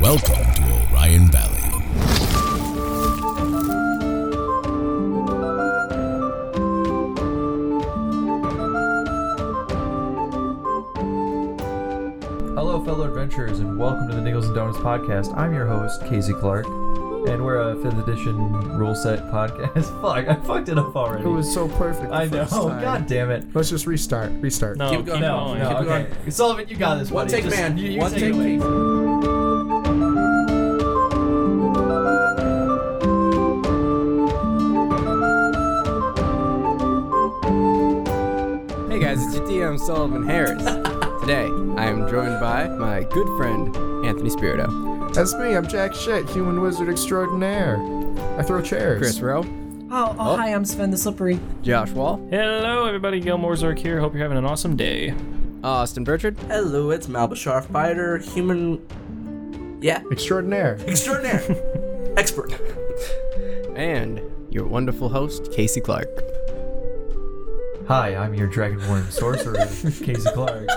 Welcome to Orion Valley. Hello, fellow adventurers, and welcome to the Niggles and Donuts podcast. I'm your host, Casey Clark, and we're a fifth edition rule set podcast. Fuck, I fucked it up already. It was so perfect. the I know. first time. God damn it. Let's just restart. Restart. No, Keep going, No, no, keep okay. Sullivan, you got this. One buddy. take, Just- man. You, you One take it take. away. Hey guys, it's your DM Sullivan Harris. Today, I am joined by my good friend Anthony Spirito, That's me. I'm Jack Shit, human wizard extraordinaire. I throw chairs. Chris Rowe, Oh, oh, hi, I'm Sven the Slippery. Josh Wall, Hello, everybody. Gilmore Zork here. Hope you're having an awesome day. Austin Burchard, Hello, it's Malbashar Fighter, human. Yeah, Extraordinaire. extraordinaire. Expert. and your wonderful host Casey Clark. Hi, I'm your dragonborn sorcerer, Casey Clark.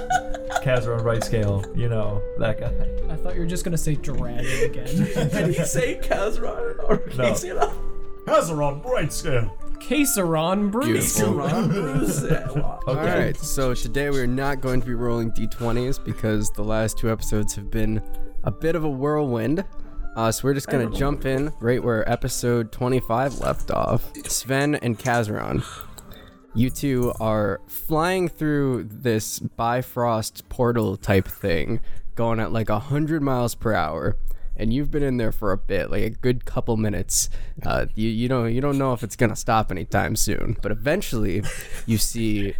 Kazron Right Scale, you know, that guy. I thought you were just gonna say dragon again. Did he say Kazron? Or No. no. Kazron Kazron Right Scale. Caseron Bruce. Beautiful. Bruce? Yeah, wow. All right, so today we're not going to be rolling d20s because the last two episodes have been a bit of a whirlwind. Uh, so we're just gonna jump in right where episode 25 left off. Sven and Kazron, you two are flying through this Bifrost portal type thing, going at like 100 miles per hour. And you've been in there for a bit, like a good couple minutes. Uh, you you don't you don't know if it's gonna stop anytime soon. But eventually, you see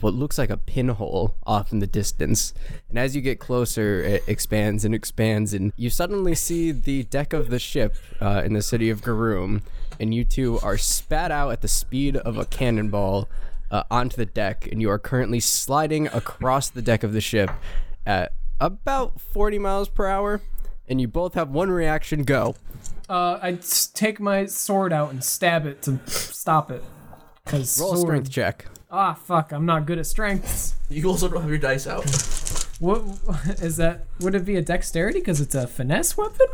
what looks like a pinhole off in the distance. And as you get closer, it expands and expands, and you suddenly see the deck of the ship uh, in the city of Garoom, and you two are spat out at the speed of a cannonball uh, onto the deck, and you are currently sliding across the deck of the ship at about 40 miles per hour, and you both have one reaction go. Uh, I s- take my sword out and stab it to stop it. Cause Roll a sword- strength check. Ah, fuck, I'm not good at strengths. You also don't have your dice out. What is that? Would it be a dexterity? Cause it's a finesse weapon.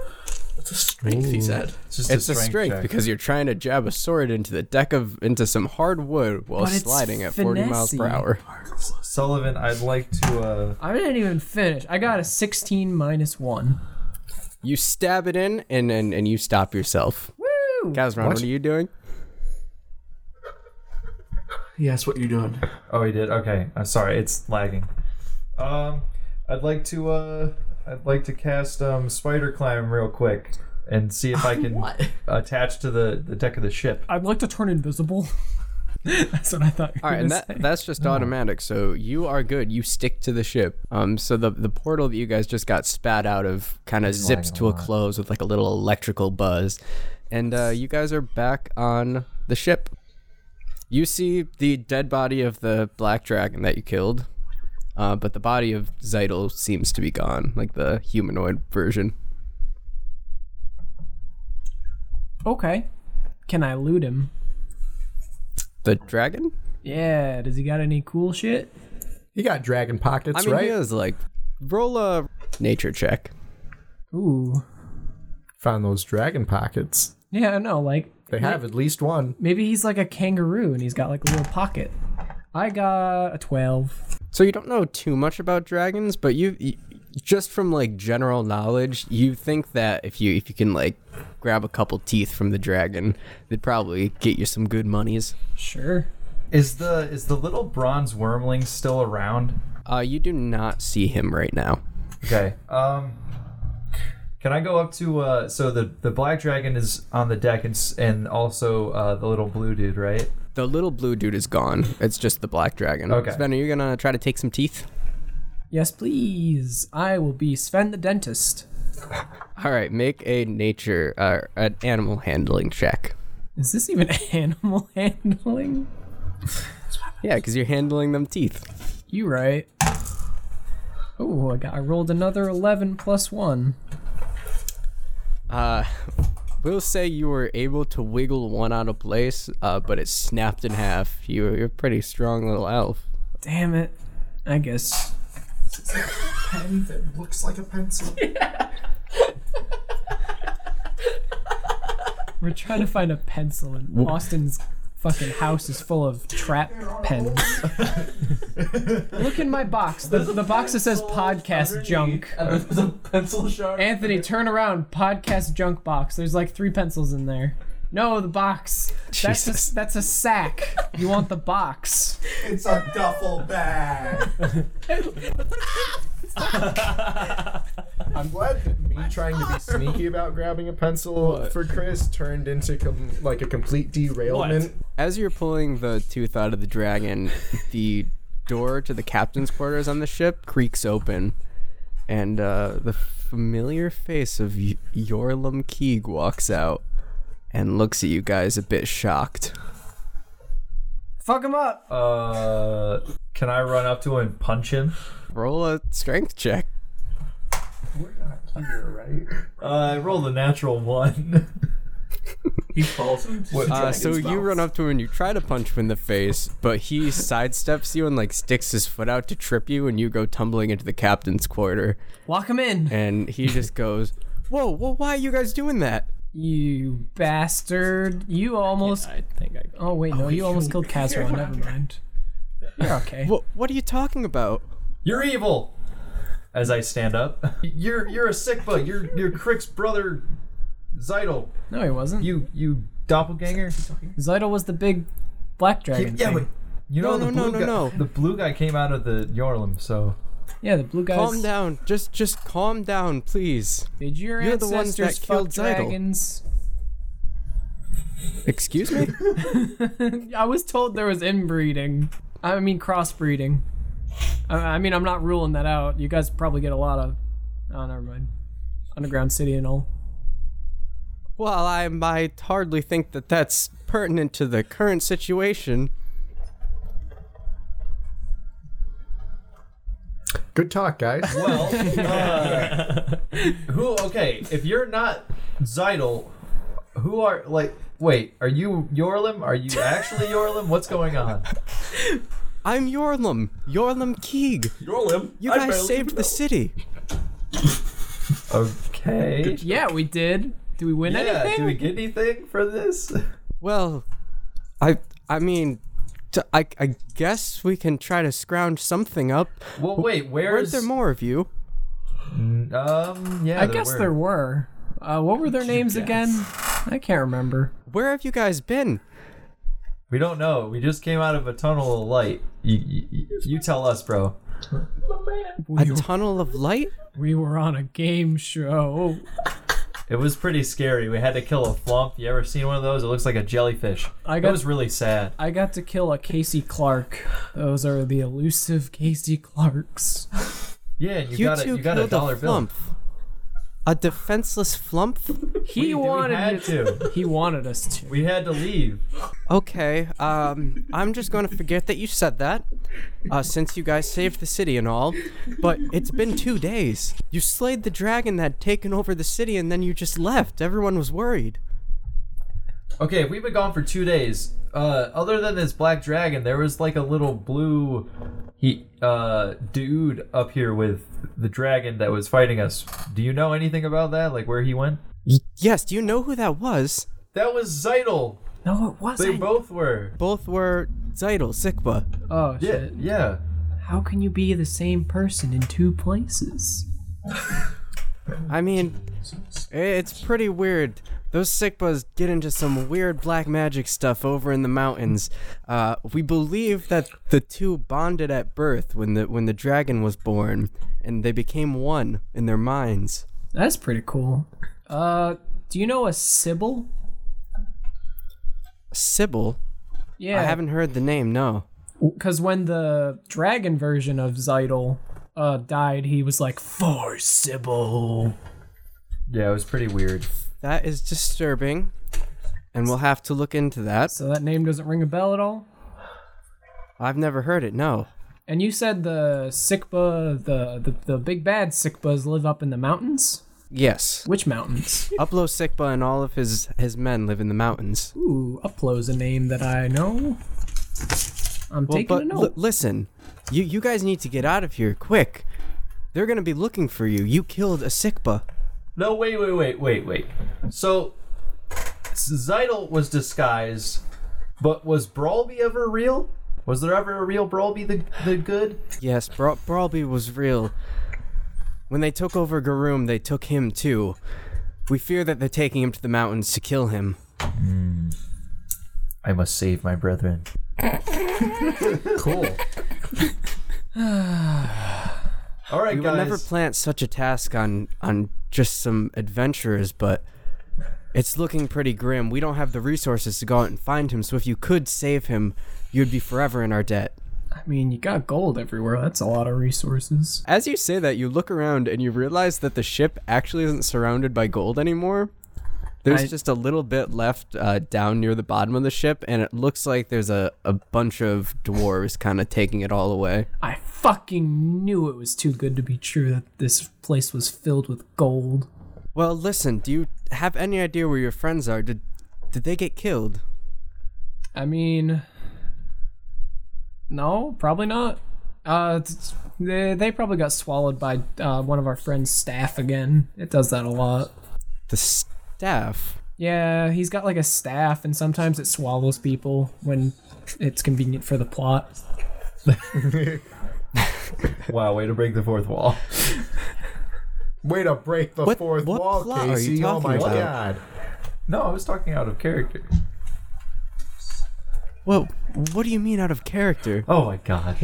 That's a strength, he said. just It's a strength because you're trying to jab a sword into the deck of into some hard wood while But it's sliding at 40 miles per finessey. hour. Sullivan, I'd like to. uh I didn't even finish. I got a 16 minus one. You stab it in and and, and you stop yourself. Woo! Kazron, what? What? are you doing? Yes, what you doing? Oh, he did. Okay, I'm sorry. It's lagging. Um, I'd like to uh, I'd like to cast um spider climb real quick and see if I can What? attach to the the deck of the ship. I'd like to turn invisible. That's what I thought. you All were right, and gonna that, say. that's Oh. just automatic. So you are good. You stick to the ship. Um, so the the portal that you guys just got spat out of kind of zips lagging a to a lot. close with like a little electrical buzz, and uh, you guys are back on the ship. You see the dead body of the black dragon that you killed, uh, but the body of Zeidel seems to be gone, like the humanoid version. okay. Can I loot him? The dragon? Yeah. Does he got any cool shit? You got dragon pockets, I mean, right? he is like roll a nature check. Ooh. Found those dragon pockets. Yeah, I know. Like They have at least one. maybe he's like a kangaroo and he's got like a little pocket. I got a twelve. So you don't know too much about dragons, but you, you just from like general knowledge, you think that if you if you can like grab a couple teeth from the dragon, they'd probably get you some good monies. Sure. Is the is the little bronze wormling still around? Uh, you do not see him right now. Okay. Um, can I go up to uh? So the the black dragon is on the deck and s- and also uh the little blue dude, right? The little blue dude is gone. It's just the black dragon. Okay. Sven, are you gonna try to take some teeth? Yes, please. I will be Sven the dentist. All right, make a nature uh, an animal handling check. Is this even animal handling? Yeah, because you're handling them teeth. You right. Oh, I got. I rolled another eleven plus one. We'll say you were able to wiggle one out of place, uh, but it snapped in half. You, you're a pretty strong little elf. Damn it. I guess. pen that looks like a pencil. We're trying to find a pencil, and Austin's fucking house is full of trap pens. Look in my box. The, the box that says podcast junk. And Uh, there's a pencil sharp. Anthony, turn around. Podcast junk box. There's like three pencils in there. No, the box. That's Jesus. a, that's a sack. You want the box? It's a duffel bag. I'm glad that me trying to be sneaky about grabbing a pencil for Chris turned into com- like a complete derailment. As you're pulling the tooth out of the dragon, the door to the captain's quarters on the ship creaks open, and uh, the familiar face of y- Yorlum Keeg walks out and looks at you guys a bit shocked. Fuck him up. Uh, can I run up to him and punch him? Roll a strength check. Uh, I rolled a natural one. He falls into the Uh, so dragon's you mouth. run up to him and you try to punch him in the face, but he sidesteps you and like sticks his foot out to trip you, and you go tumbling into the captain's quarter. Walk him in. And he just goes, "Whoa, whoa, why are you guys doing that?" You bastard. You almost. I think I. Oh wait, no. You almost killed Casserole. Never mind. You're okay. What What are you talking about? You're evil. As I stand up, you're you're a sick bug. You're you're Crick's brother, Zeidel. No, he wasn't. You you doppelganger. Zytel was the big black dragon. Yeah, thing. but you know the No, no, no, blue no, guy, no. the blue guy came out of the Yorlum. So yeah, the blue guys. Calm down. Just just calm down, please. Did your You're the ancestors ones that fuck killed Zytel. dragons? Excuse me? I was told there was inbreeding. I mean crossbreeding. I, I mean I'm not ruling that out. You guys probably get a lot of. Oh, never mind. Underground city and all. well, I might hardly think that that's pertinent to the current situation. Good talk, guys. well, uh, who? Okay, if you're not Zeidel, who are like? Wait, are you Yorlum? Are you actually Yorlum? What's going on? I'm Yorlum. Yorlum Keeg. Yorlim. You I guys barely saved even the city. Okay. Yeah, we did. Do we win Yeah. anything? Do we get anything for this? Well, I I mean t- I, I guess we can try to scrounge something up. Well, wait. Weren't Where's there more of you? Um. Yeah. I guess there were. Uh, what were their names again? I can't remember. Where have you guys been? We don't know. We just came out of a tunnel of light. You, you, you tell us, bro. A tunnel of light? We were on a game show. It was pretty scary. We had to kill a flump. You ever seen one of those? It looks like a jellyfish. I It got- was really sad. I got to kill a Casey Clark. Those are the elusive Casey Clarks. Yeah, and you, You, got a two you got a killed dollar bill. flump. A defenseless flump? We He wanted had to. He wanted us to. We had to leave. Okay, um, I'm just gonna forget that you said that, uh, since you guys saved the city and all. But it's been two days. You slayed the dragon that had taken over the city, and then you just left. Everyone was worried. Okay, we've been gone for two days. Uh, other than this black dragon, there was like a little blue, he uh dude up here with the dragon that was fighting us. Do you know anything about that? Like where he went? Yes, do you know who that was? That was Zeidel. No, it wasn't. They both were. Both were Zeidel, Zikba. oh Yeah, shit! yeah. How can you be the same person in two places? I mean, i- it's pretty weird. Those Sikbas get into some weird black magic stuff over in the mountains. Uh, we believe that the two bonded at birth when the when the dragon was born, and they became one in their minds. That's pretty cool. Uh, do you know a Sybil? Sybil, Yeah, I haven't heard the name. No. Because when the dragon version of Zeidel uh died, he was like for Sybil. Yeah, it was pretty weird. That is disturbing, and we'll have to look into that. So that name doesn't ring a bell at all. I've never heard it. No. And you said the Sikba, the, the the big bad Sikbas live up in the mountains. Yes, Which mountains? Uplo Sikba and all of his his men live in the mountains. Ooh, Uplow's a name that I know. I'm Well, taking but a note. li- listen, you you guys need to get out of here quick. They're gonna be looking for you. You killed a Sikpa. No, wait, wait, wait, wait, wait. So, Zeidel was disguised, but was Brawlby ever real? Was there ever a real Brawlby the, the good? Yes, Bra- Brawlby was real. When they took over Garum, they took him too. We fear that they're taking him to the mountains to kill him. I must save my brethren. cool. All right, We guys. would never plant such a task on on just some adventurers, but it's looking pretty grim. We don't have the resources to go out and find him, so if you could save him, you'd be forever in our debt. I mean, you got gold everywhere. That's a lot of resources. As you say that, you look around and you realize that the ship actually isn't surrounded by gold anymore. There's I- just a little bit left uh, down near the bottom of the ship, and it looks like there's a, a bunch of dwarves kind of taking it all away. I fucking knew it was too good to be true that this place was filled with gold. Well, listen, do you have any idea where your friends are? Did, did they get killed? I mean, no, probably not. Uh, it's- they, they probably got swallowed by uh, one of our friends' staff again. It does that a lot. The staff. Yeah, he's got like a staff, and sometimes it swallows people when it's convenient for the plot. wow, way to break the fourth wall. Way to break the What- fourth what wall, plot are you Casey. Oh talking my about? god. No, I was talking out of character. Well, what do you mean out of character? Oh my god.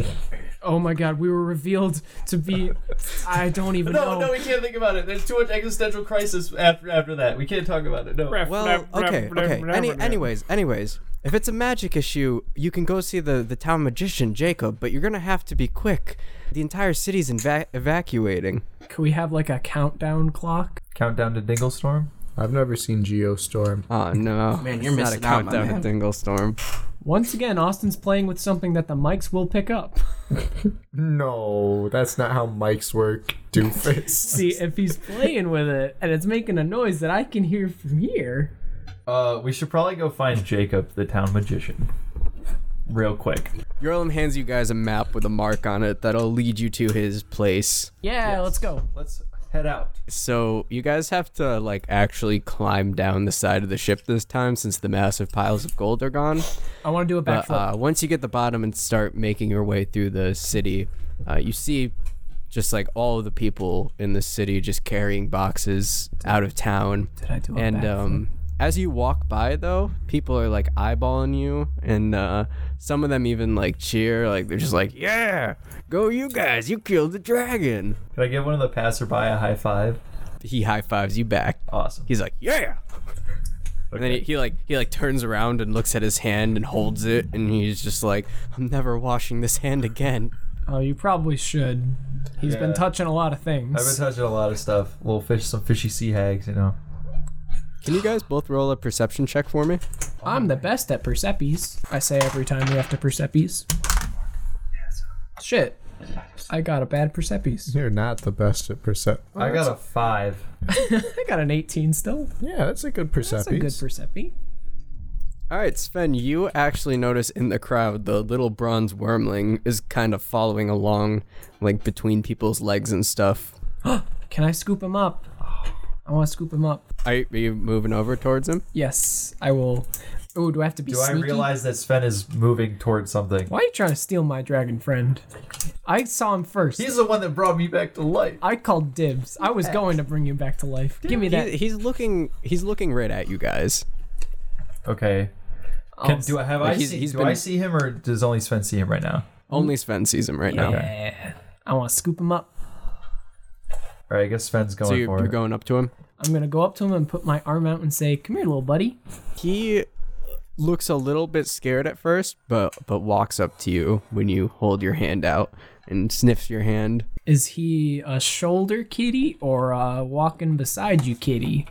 Oh my god, we were revealed to be. I don't even No, know. no, we can't think about it. There's too much existential crisis after after that. We can't talk about it. No. Well, okay, okay. Any, anyways, anyways, if it's a magic issue, you can go see the, the town magician, Jacob, but you're gonna have to be quick. The entire city's inva- evacuating. Could we have like a countdown clock? Countdown to Dingle Storm. I've never seen Geostorm. Oh, no. Man, you're it's not a missing out, my countdown to Dingle Storm. Once again, Austin's playing with something that the mics will pick up. No, that's not how mics work, doofus. See, if he's playing with it and it's making a noise that I can hear from here. Uh, we should probably go find Jacob, the town magician, real quick. Yorlum hands you guys a map with a mark on it that'll lead you to his place. Yeah, let's go. Let's head out. So you guys have to like actually climb down the side of the ship this time since the massive piles of gold are gone. I want to do a But backflip. uh, once you get the bottom and start making your way through the city, uh, you see just like all of the people in the city just carrying boxes out of town. Did I do a And backflip? um, as you walk by, though, people are like eyeballing you, and uh, some of them even like cheer. Like they're just like, "Yeah, go you guys! You killed the dragon!" Can I give one of the passerby a high five? He high fives you back. Awesome. He's like, "Yeah." And then he, he like he like turns around and looks at his hand and holds it and he's just like, I'm never washing this hand again. oh, you probably should. He's been Yeah. touching a lot of I've been things. touching a lot of stuff. Little fish, some fishy sea hags, you know. Can you guys both roll a perception check for me? I'm the best at Persepes. I say every time we have to Persepes. Shit. I got a bad Persepes. You're not the best at percep. I got a five. I got an 18 still. yeah, that's a good perception. That's a good Persepi. All right, Sven, you actually notice in the crowd the little bronze wormling is kind of following along, like between people's legs and stuff. Can I scoop him up? I want to scoop him up. Are you, are you moving over towards him? Yes, I will. Oh, do I have to be Do I sneaky? realize that Sven is moving towards something? Why are you trying to steal my dragon friend? I saw him first. He's the one that brought me back to life. I called dibs. I was going to bring you back to life. Give me that. He, he's looking. He's looking right at you guys. Okay. Can, do I have I he's- see? he's do been- I see him or does only Sven see him right now? Only Sven sees him right now. Yeah. I want to scoop him up. All right, I guess Sven's going So you're, for you're it. going up to him. I'm gonna go up to him and put my arm out and say, "Come here, little buddy." He looks a little bit scared at first, but but walks up to you when you hold your hand out and sniffs your hand. Is he a shoulder kitty or a walking beside you kitty?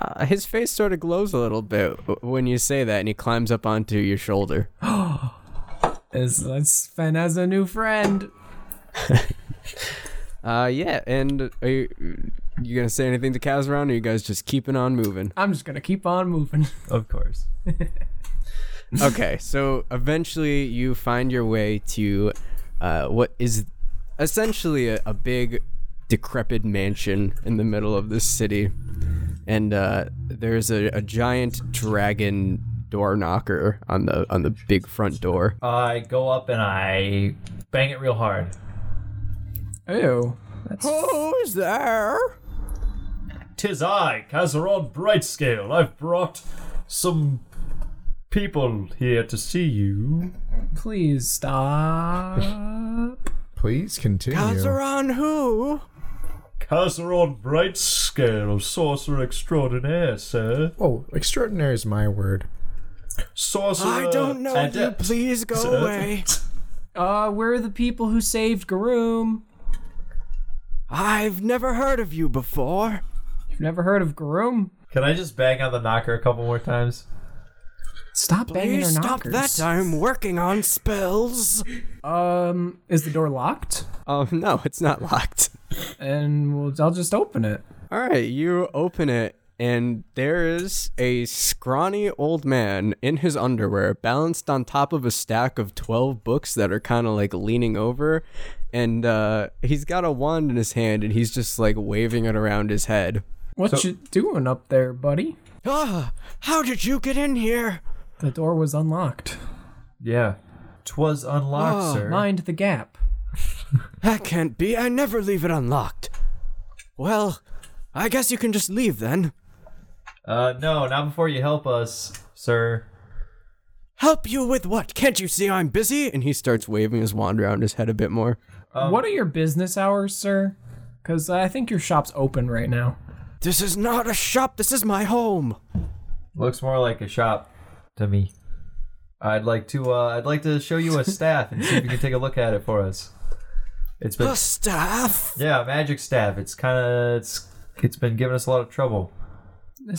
Uh, his face sort of glows a little bit w- when you say that, and he climbs up onto your shoulder. Is that's Sven has a new friend? Uh, yeah. And are you, you gonna say anything to Kaz around, or you guys just keeping on moving? I'm just gonna keep on moving. Of course. okay, so eventually you find your way to uh, what is essentially a, a big decrepit mansion in the middle of this city. And uh, there's a, a giant dragon door knocker on the on the big front door. I go up and I bang it real hard. Ew. Who's there? Tis I, Kazaron Brightscale. I've brought some people here to see you. Please stop. Please continue. Azeron who? Kazaron Brightscale, sorcerer extraordinaire, sir. Oh, extraordinary is my word. Sorcerer. uh, I don't know you. adept. Please go sir. away. Uh, where are the people who saved Garoom? I've never heard of you before. You've never heard of Garoom? Can I just bang on the knocker a couple more times? Stop banging Please their stop knockers. that. I'm working on spells. Um, is the door locked? Um, no, it's not locked. And we'll, I'll just open it. All right, you open it, and there is a scrawny old man in his underwear, balanced on top of a stack of 12 books that are kind of like leaning over. And uh, he's got a wand in his hand, and he's just like waving it around his head. What you doing up there, buddy? Ah, how did you get in here? The door was unlocked. Yeah. Twas unlocked, Oh, sir. Mind the gap. That can't be. I never leave it unlocked. Well, I guess you can just leave then. Uh, no, not before you help us, sir. Help you with what? Can't you see I'm busy? And he starts waving his wand around his head a bit more. Um, what are your business hours, sir? Because I think your shop's open right now. This is not a shop, this is my home. Looks more like a shop to me. I'd like to uh, I'd like to show you a staff and see if you can take a look at it for us. It's been The staff. yeah, magic staff. It's kind of it's it's been giving us a lot of trouble.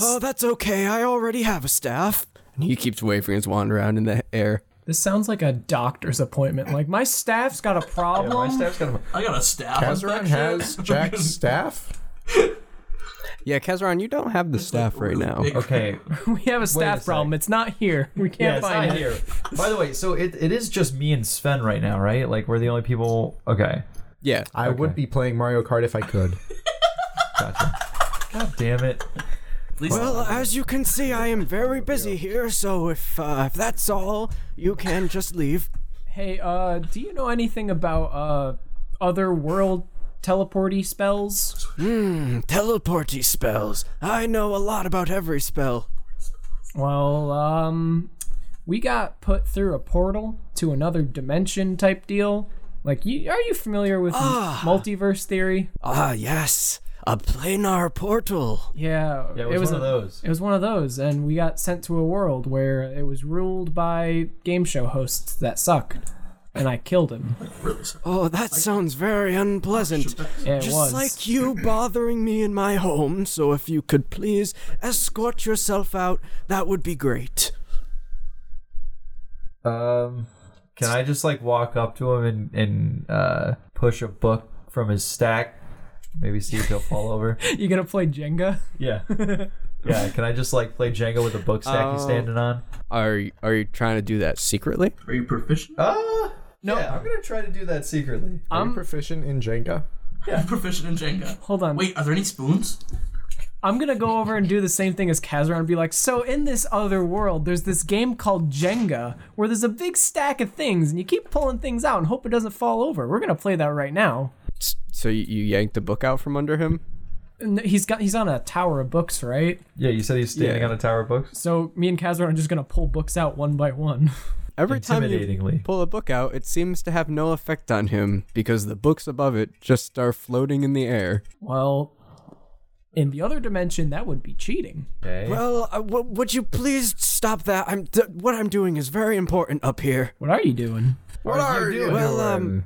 Oh, that's okay. I already have a staff. And he keeps waving his wand around in the air. This sounds like a doctor's appointment. Like, my staff's got a Oh. problem. My staff's kind of I got a staff. Azeron has Jack's staff. Yeah, Kazran, you don't have the staff right now. okay. we have a staff sec. problem. It's not here. We can't Yeah, it's find not it. here. By the way, so it, it is just me and Sven right now, right? Like we're the only people. Okay, Yeah. I would be playing Mario Kart if I could. gotcha. God damn it. Well, as you can see, I am very busy here, so if uh, if that's all, you can just leave. Hey, uh, do you know anything about uh other world teleporty spells? Teleporty spells. I know a lot about every spell. Well, um we got put through a portal to another dimension type deal. Like you are you familiar with Ah. multiverse theory? Ah, yes. A planar portal. Yeah, Yeah, it was, one a- of those. It was one of those and we got sent to a world where it was ruled by game show hosts that suck. And I killed him. Oh, that sounds very unpleasant. Yeah, it Just was. like you bothering me in my home, so if you could please escort yourself out, that would be great. Um, can I just like walk up to him and and uh, push a book from his stack? Maybe see if he'll fall over. you gonna play Jenga? Yeah. Yeah, can I just like play Django with a book stack he's standing on? Are are you trying to do that secretly? Are you proficient? Uh, No. yeah, I'm gonna try to do that secretly. Are you I'm- proficient in Jenga? I'm proficient in Jenga. Hold on. Wait, are there any spoons? I'm gonna go over and do the same thing as Kazran and be like, so in this other world, there's this game called Jenga where there's a big stack of things and you keep pulling things out and hope it doesn't fall over. We're gonna play that right now. So you, you yanked the book out from under him? And he's got he's on a tower of books, right? Yeah, you said he's standing Yeah. on a tower of books. So me and Kazran are just gonna pull books out one by one. Every time you Intimidatingly. pull a book out, it seems to have no effect on him because the books above it just are floating in the air. Well, in the other dimension, that would be cheating. Okay. Well, uh, w- would you please stop that? I'm d- what I'm doing is very important up here. What are you doing? What are you Well, um,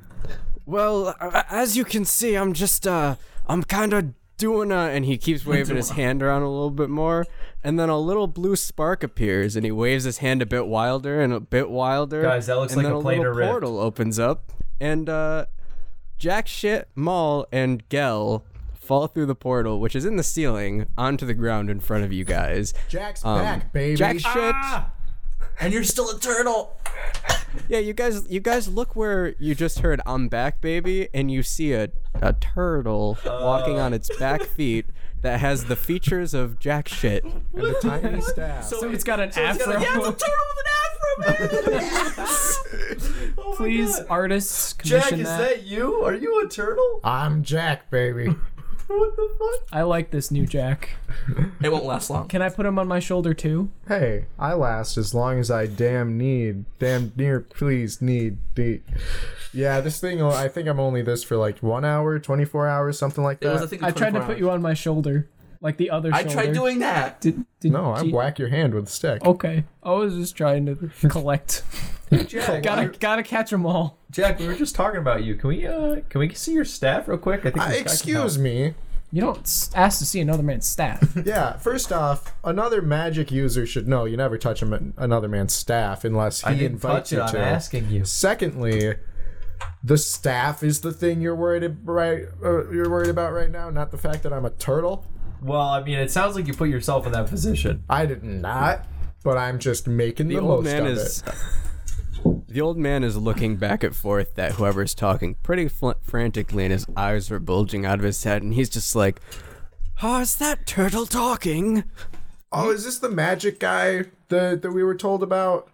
well, uh, as you can see, I'm just, uh, I'm kind of doing a, and he keeps waving his hand around a little bit more, and then a little blue spark appears, and he waves his hand a bit wilder and a bit wilder. Guys, that looks and like then a little planar rift. portal opens up, and uh, Jack shit, Maul, and Gel fall through the portal, which is in the ceiling, onto the ground in front of you guys. Jack's Um, Ah! back, baby. Jack shit. and you're still a turtle. Yeah, you guys, you guys look where you just heard "I'm back, baby," and you see a a turtle walking on its Uh. back feet that has the features of jack shit. And the tiny staff. So it's got an It's afro. got a- yeah, it's a turtle with an afro, man. Please, artists, Jack, commission is that. that you? Are you a turtle? I'm Jack, baby. What the fuck? I like this new Jack. it won't last long. Can I put him on my shoulder too? Hey, I last as long as I damn need, damn near please need deep. Yeah, this thing, I think I'm only this for like one hour, 24 hours, something like It that. was, I think, I tried to 24 put you on my shoulder, like the other. hours. I shoulder. tried doing that. Did, did no, I did- whack your hand with a stick. Okay, I was just trying to collect. Jack, gotta gotta catch them all. Jack, we were just talking about you. Can we uh can we see your staff real quick? I think Uh, this guy can excuse help. me. You don't s- ask to see another man's staff. Yeah, first off, another magic user should know you never touch a, another man's staff unless he I didn't invites touch it. you I'm to. asking you. Secondly, the staff is the thing you're worried about, right, uh, you're worried about right now, not the fact that I'm a turtle. Well, I mean, it sounds like you put yourself in that position. I did not, but I'm just making the, The old most man of is. it. The old man is looking back and forth at whoever's talking pretty fl- frantically, and his eyes are bulging out of his head, and he's just like, "Oh, is that turtle talking?" Oh, is this the magic guy that that we were told about?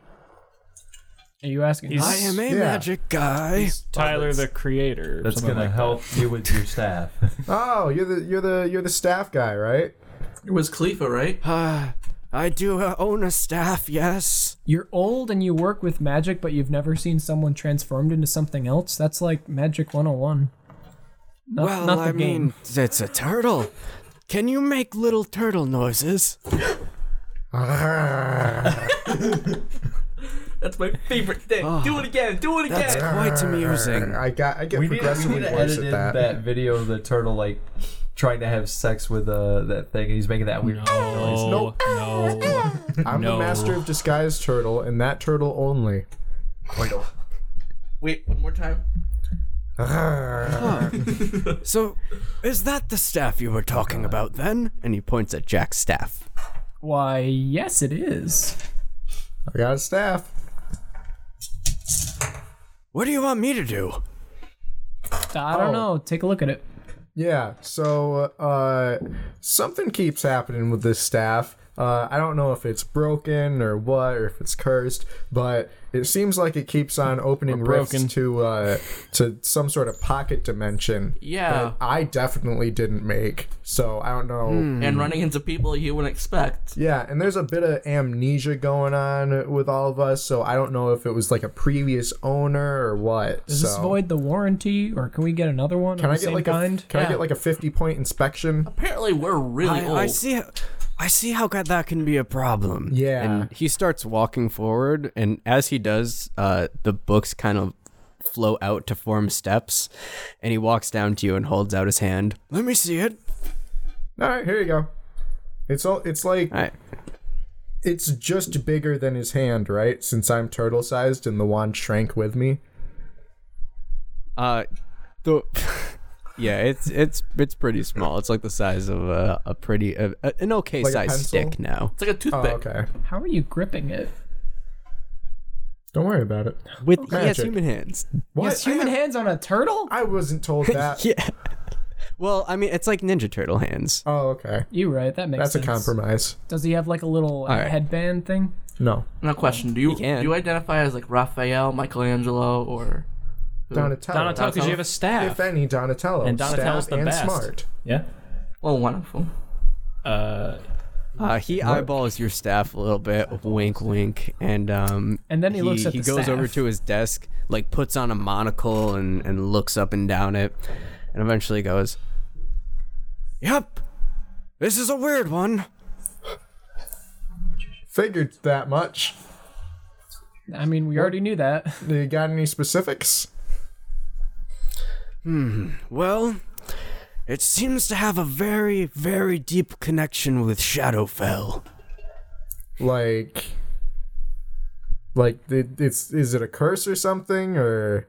Are you asking? He's- I am a Yeah. magic guy. Tyler the creator. or That's something gonna like help you with your staff. Oh, you're the you're the you're the staff guy, right? It was Khalifa, right? Uh, I do uh, own a staff, yes. You're old and you work with magic, but you've never seen someone transformed into something else. That's like Magic 101. Not, well, not the I game. mean, it's a turtle. Can you make little turtle noises? That's my favorite thing. Do it again. Do it Ah, That's again. quite amusing. I got I get we need, we progressively need to worse edit at in that. that. video of the turtle like trying to have sex with uh that thing, and he's making that weird. that. No, no. I'm No. the master of disguise turtle, and that turtle only. Wait, one more time. So, is that the staff you were talking about then? And he points at Jack's staff. Why, yes, it is. I got a staff. What do you want me to do? I don't Oh. know. Take a look at it. Yeah, so uh, something keeps happening with this staff. Uh, I don't know if it's broken or what, or if it's cursed, but it seems like it keeps on opening rifts broken. to uh, to some sort of pocket dimension. Yeah. that I definitely didn't make, so I don't know. Hmm. And running into people you wouldn't expect. Yeah, and there's a bit of amnesia going on with all of us, so I don't know if it was like a previous owner or what. Does this so- void the warranty, or can we get another one Can of I the get same like kind? a Can I Yeah. get like a fifty point inspection? Apparently, we're really I, old. Oh. I see. I see how ca- that can be a problem. Yeah. And he starts walking forward, and as he does, uh, the books kind of flow out to form steps, and he walks down to you and holds out his hand. Let me see it. All right, here you go. It's all. It's like All right. it's just bigger than his hand, right? Since I'm turtle sized and the wand shrank with me. Uh, the yeah, it's it's it's pretty small. It's like the size of a, a pretty a, a- an okay Like a sized stick pencil? now. It's like a Oh, toothpick. okay. How are you gripping it? Don't worry about it. With he has Magic. human hands. What? Yes, human I, hands on a turtle? I wasn't told that. Yeah. Well, I mean, it's like Ninja Turtle hands. Oh, okay. You're right. That makes That's a sense. compromise. Does he have like a little uh, All right. headband thing? No, Now, question: Do you, can. do you identify as like Raphael, Michelangelo, or Donatello. Donatello, because you have a If staff. any, Donatello. And Donatello's Stout the and best. smart. Yeah. well, one of them? Uh, Uh, he eyeballs your staff a little bit, wink, wink, and um. And then he looks at he the goes over staff. to his desk, like puts on a monocle and and looks up and down it, and eventually goes. Yep, this is a weird one. Figured that much. I mean, we already knew that. You got any specifics? Well, it seems to have a very, very deep connection with Shadowfell. Like, like it, it's is it a curse or something or?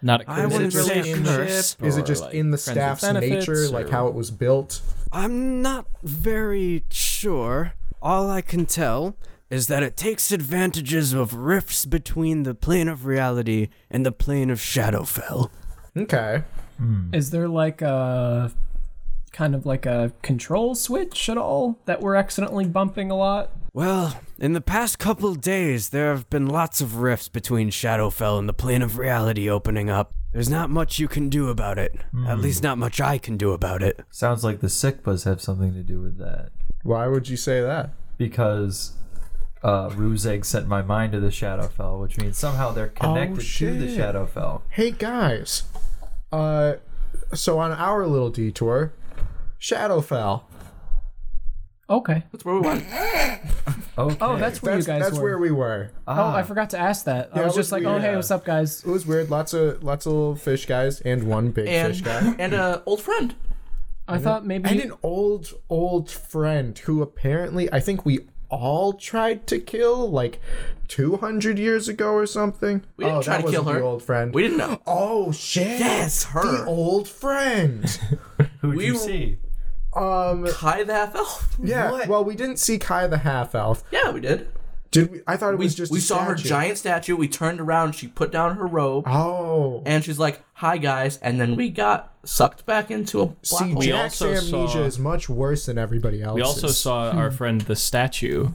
not a I curse. wouldn't It's say really a in- curse. Is or, it just like, in the friends with staff's benefits, nature, like or- how it was built? I'm not very sure. All I can tell is that it takes advantages of rifts between the plane of reality and the plane of Shadowfell. Okay. Is there like a kind of like a control switch at all that we're accidentally bumping a lot? Well, in the past couple days, there have been lots of rifts between Shadowfell and the plane of reality opening up. There's not much you can do about it. At least, not much I can do about it. Sounds like the Sikpas have something to do with that. Why would you say that? Because uh, Ruzeg sent my mind to the Shadowfell, which means somehow they're connected to the Oh, shit. Shadowfell. Hey guys. Uh so on our little detour, Shadowfell. Okay. That's where we went. Okay. Oh, that's where That's, you guys that's were. where we were. oh, I forgot to ask that. Yeah, I was it was just like, weird. oh hey, what's up, guys? It was weird. Lots of lots of little fish guys and one big And fish guy. and a old friend. I thought maybe And an old old friend who apparently I think we all tried to kill like 200 years ago or something. We didn't oh, try that to kill wasn't her. The old friend. We didn't know. Oh shit! Yes, her. The old friend. Who'd you we- see? um. Kai the half elf. Yeah. Well, we didn't see Kai the half elf. Yeah, we did. Did we? I thought it We, was just. we a saw her statue. giant statue. We turned around. She put down her robe, Oh. and she's like, "Hi guys," and then we got sucked back into a black See, hole. We Jack's also amnesia saw- is much worse than everybody else's. We also saw our Hmm. friend the statue.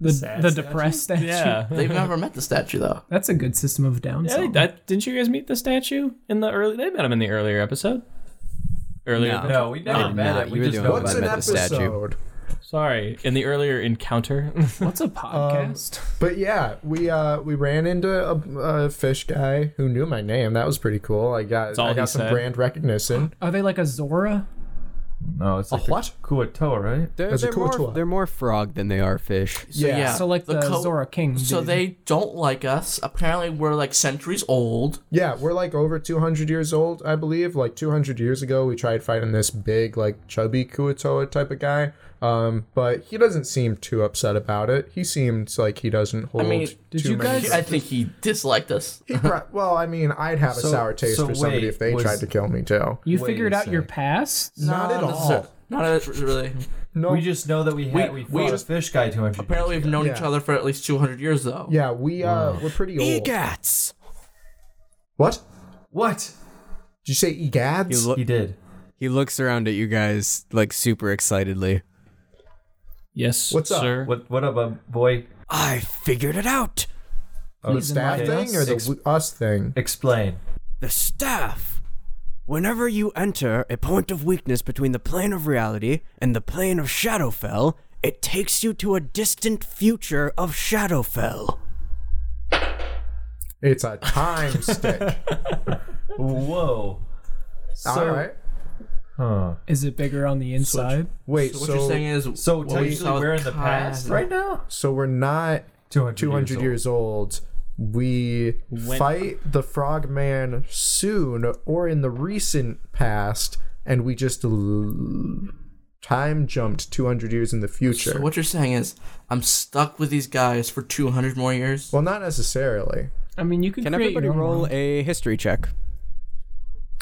the, the depressed statue. Yeah. They've never met the statue though. That's a good system of a down Yeah, they- song. that, didn't you guys meet the statue in the early? They met him in the earlier episode. Earlier, No. No, we never did met not. it. We You were just the know only What's I an about met it. the statue. episode? sorry, in the earlier encounter. What's a podcast? But yeah, we uh we ran into a, a fish guy who knew my name. That was pretty cool. I got all I he got some said. brand recognition. Are they like a Zora? No, it's like what? a Kuato, right? They're, There's a they're, more, Kotor. they're more frog than they are fish. yeah. So like the, co- Zora King. So dude. they don't like us. Apparently, we're like centuries old. Yeah, we're like over 200 years old, I believe. Like 200 years ago, we tried fighting this big, like chubby Kuatoa type of guy. Um, but he doesn't seem too upset about it. He seems like he doesn't hold. mean, did too you many guys- I think he disliked us. He pro- well, I mean, I'd have a So- sour taste so for somebody wait, if they was- tried to kill me too. You Wait figured a out your sec. past? Not at Not all. necessar- Not at- really. No. We just know that we had we, We- fought we- a fish guy 200 years Apparently, we've known each Yeah. other for at least 200 years though. yeah, we uh, we're pretty old. Egats! What? What? Did you say He, egads? loo- He did. he looks around at you guys like super excitedly. yes, What's up? sir. What what up, uh, boy? I figured it out! Oh, the staff okay. thing or the Ex- w- us thing? Explain. The staff. Whenever you enter a point of weakness between the plane of reality and the plane of Shadowfell, it takes you to a distant future of Shadowfell. It's a time stick. Whoa. All right. Huh. Is it bigger on the inside? Wait. So So what you're saying is, So what we technically, saw with we're in the Kai- past right now. so we're not 200, 200 years, old. We fight the frogman soon or in the recent past, and we just l- time jumped 200 years in the future. So what you're saying is, I'm stuck with these guys for 200 more years. well, not necessarily. I mean, you can, Can create everybody your own roll world. a history check?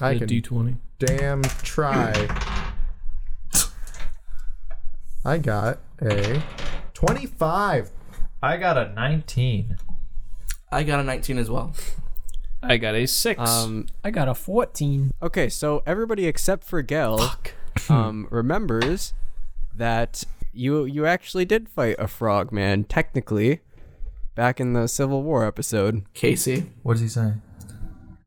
I The can D twenty. damn try. I got a 25. I got a 19. I got a 19 as well. I got a six. Um, I got a 14. Okay, so everybody except for Gel um, remembers that you you actually did fight a frogman technically back in the Civil War episode. Casey, What is he saying?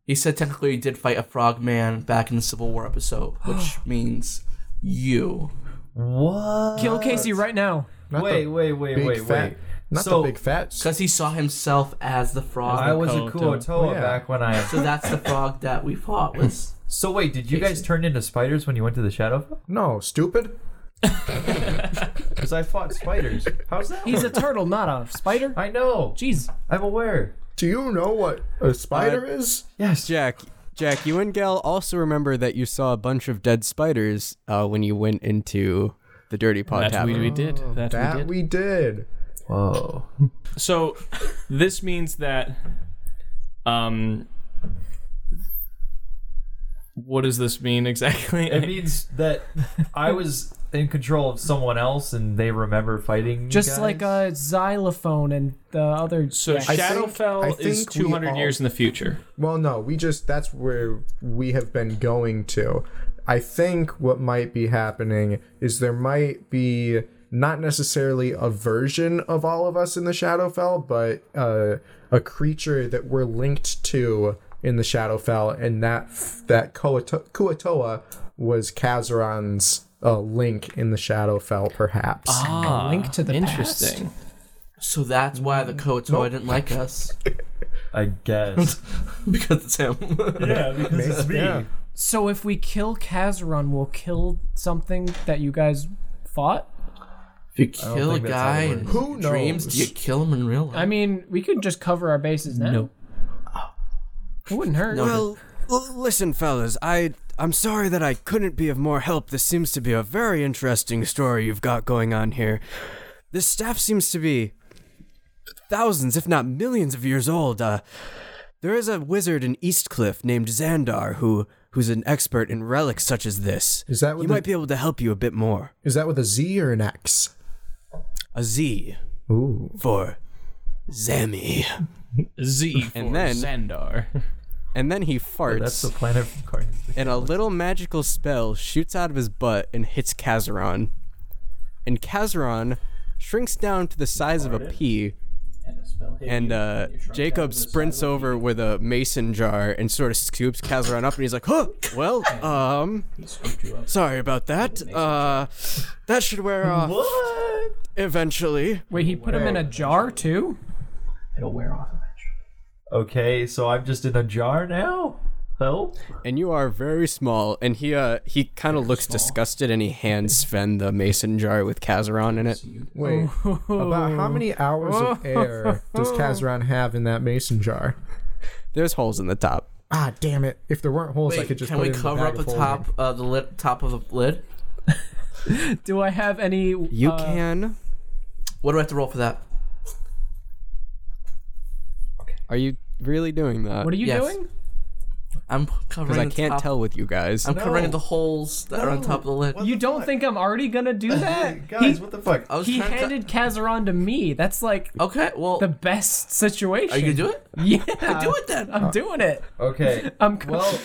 he said technically he did fight a frogman back in the Civil War episode, which means you. What? Kill Casey right now. Not wait, the wait, wait, big wait, fat, wait. Not So- the big fat. Because he saw himself as the frog. I was a Kotoa. Kuotoa Oh, Yeah. back when I. so that's the frog that we fought was. So wait, did you guys turn into spiders when you went to the Shadowfell? No, stupid. Because I fought spiders. How's that? He's a work? turtle, not a spider. I know. Jeez. I'm aware. Do you know what a spider is? Yes. Jack, Jack, you and Gel also remember that you saw a bunch of dead spiders uh, when you went into the Dirty Pot That's what Tavern. we, we did. That's what we That did. we did. Whoa. So this means that um what does this mean exactly? It means that I was in control of someone else and they remember fighting. you Just guys. like a xylophone and the other. so yeah. Shadowfell I is think we 200 all- years in the future. Well, no, we just that's where we have been going to. I think what might be happening is there might be not necessarily a version of all of us in the Shadowfell, but uh, a creature that we're linked to in the Shadowfell, and that that Koato- Kuatoa was Kazaron's uh, link in the Shadowfell, perhaps. Ah, link to the interesting. So that's why the Koatoa didn't like us Mm, I guess. because it's him. yeah, because it's me. Yeah. So if we kill Kazaron, we'll kill something that you guys fought. if you kill a think that's how guy it in works. Who your dreams, knows? do you kill him in real life? I mean, we could just cover our bases now. Nope. It wouldn't hurt. Well, l- listen, fellas. I I'm sorry that I couldn't be of more help. This seems to be a very interesting story you've got going on here. This staff seems to be thousands, if not millions, of years old. Uh, there is a wizard in Eastcliff named Xandar who who's an expert in relics such as this. Is that what he the- might be able to help you a bit more? Is that with a Z or an X? A Z Ooh. for Zami. Z for And then- Xandar. And then he farts. That's the planet from Guardians. of the and a little magical spell shoots out of his butt and hits Kazaron. And Kazaron shrinks down to the size of a pea. And uh, Jacob sprints over with a mason jar and sort of scoops Kazaron up, and he's like, "Huh? Well, um, sorry about that. Uh, that should wear off What? eventually." Wait, he put him in a jar too. Okay, so I'm just in a jar now. Help! And you are very small. And he uh, he kind of looks disgusted, and he hands Sven the mason jar with Kazaron in it. Wait, about how many hours Oh. of air does Kazaron have in that mason jar? There's holes in the top. Ah, damn it! If there weren't holes, I Wait, could just can put we it in cover bag up of the holding. top, uh, the lid, top of the lid? Do I have any? You uh, can. What do I have to roll for that? Are you really doing that? What are you Yes. doing? I'm covering. Because I the can't top- tell with you guys. I'm covering the holes that are on top of the lid. You don't think I'm already gonna do that? Guys, he what the fuck? I was he trying handed Kazaron to me. That's like To... Okay, well, the best situation. are you gonna do it? Yeah, Do it then. I'm doing it. Okay. I'm co- well,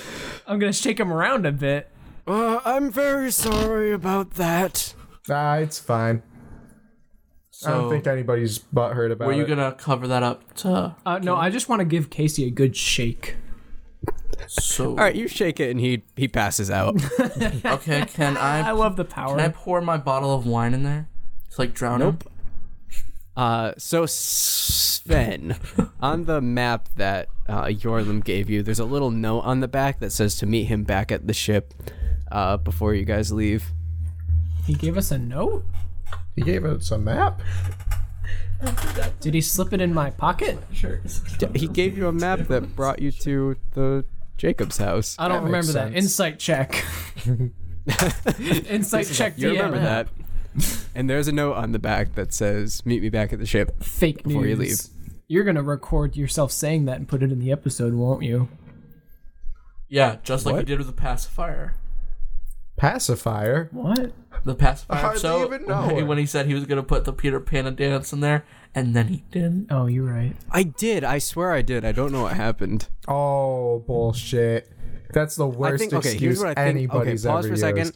I'm gonna shake him around a bit. Uh, I'm very sorry about that. Ah, it's fine. I So- don't think anybody's butthurt about Were you it. gonna cover that up to Uh, no, I just want to give Casey a good shake. so? All right, you shake it and he he passes out. Okay, can I I? love the power. Can I pour my bottle of wine in there to like drown him? Uh, so Sven, on the map that uh, Yorlim gave you, there's a little note on the back that says to meet him back at the ship uh, before you guys leave. He gave us a note. He gave us a map. Did he slip it in my pocket? D- He gave you a map that brought you to the Jacob's house. I don't That makes remember that. sense. Insight check. Insight check. You DM. remember that? And there's a note on the back that says meet me back at the ship. Fake Before you news. You're gonna record yourself saying that and put it in the episode, won't you? Yeah, just like we What? did with the pacifier. Pacifier. What? The pacifier. hardly so even know her. when he said he was gonna put the Peter Pan and dance in there, and then he didn't. Oh, you're right. I did. I swear I did. I don't know what happened. Oh bullshit! That's the worst I think excuse okay. Here's what I think. Okay, anybody's pause ever for a second. used.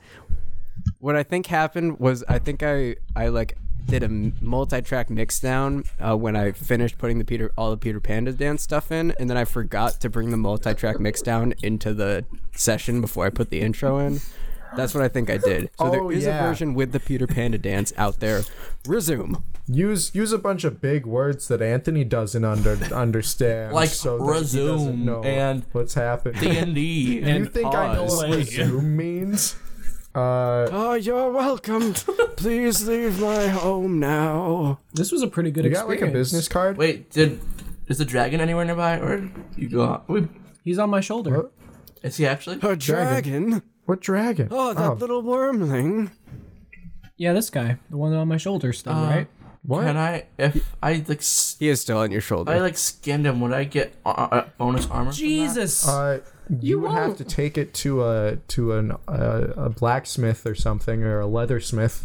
What I think happened was I think I I like did a multi-track mixdown uh, when I finished putting the Peter all the Peter Panda dance stuff in, and then I forgot to bring the multi-track mixdown into the session before I put the intro in. That's what I think I did. So Oh, there is yeah. a version with the Peter Panda dance out there. Resume. Use use a bunch of big words that Anthony doesn't under understand. Like so that he doesn't resume know and what's happening. D and D. you think I know what resume means? Uh, Oh, you're welcome. Please leave my home now. This was a pretty good you got experience. like a business card? Wait, did is the dragon anywhere nearby, or you go? Wait, He's on my shoulder. What? Is he actually? A dragon. What dragon? Oh, Oh, Oh, that little wormling. Uh, Yeah, this guy, the one on my shoulder, still right. What? Can I? If I like, s- He is still on your shoulder. I like skinned him. Would I get uh, uh, bonus armor? from that? Jesus. Uh, you, You would have won't. to take it to a to an uh, a blacksmith or something or a leathersmith.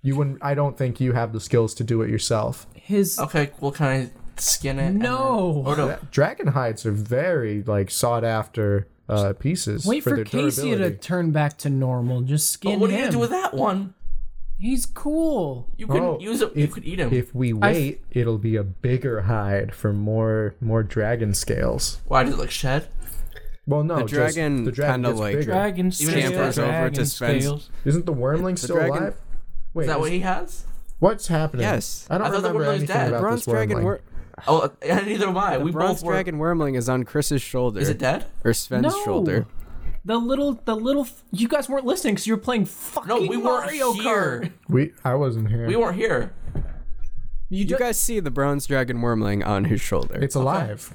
You wouldn't. I don't think you have the skills to do it yourself. His oh, Okay. Well, can I skin it? and No. then- oh, no. Dragon hides are very like sought after uh, pieces wait for, for their Casey to durability. turn back to normal. Just skin But what are you him. gonna do with that one? He's cool. You could Oh, use it. you could eat him. If we wait, it'll be a bigger hide for more more dragon scales. Why did it look shed? Well, no, The just- dragon the dragon kinda gets like- bigger. Dragon scampers scales. over Dragon to Sven's- scales. Isn't the wormling still dragon- alive? Wait, Is that what he has? what's happening? Yes. I don't I thought the remember wormling's anything dead. about bronze this dragon. wormling. Wor- Oh, uh, neither am I. the we bronze both were. dragon wormling is on Chris's shoulder. Is it dead? Or Sven's No. shoulder. The little, the little. f- You guys weren't listening because you were playing fucking No, we weren't Mario here. Kart. we I wasn't here. We weren't here. You, You ju- guys see the bronze dragon wormling on his shoulder. it's alive.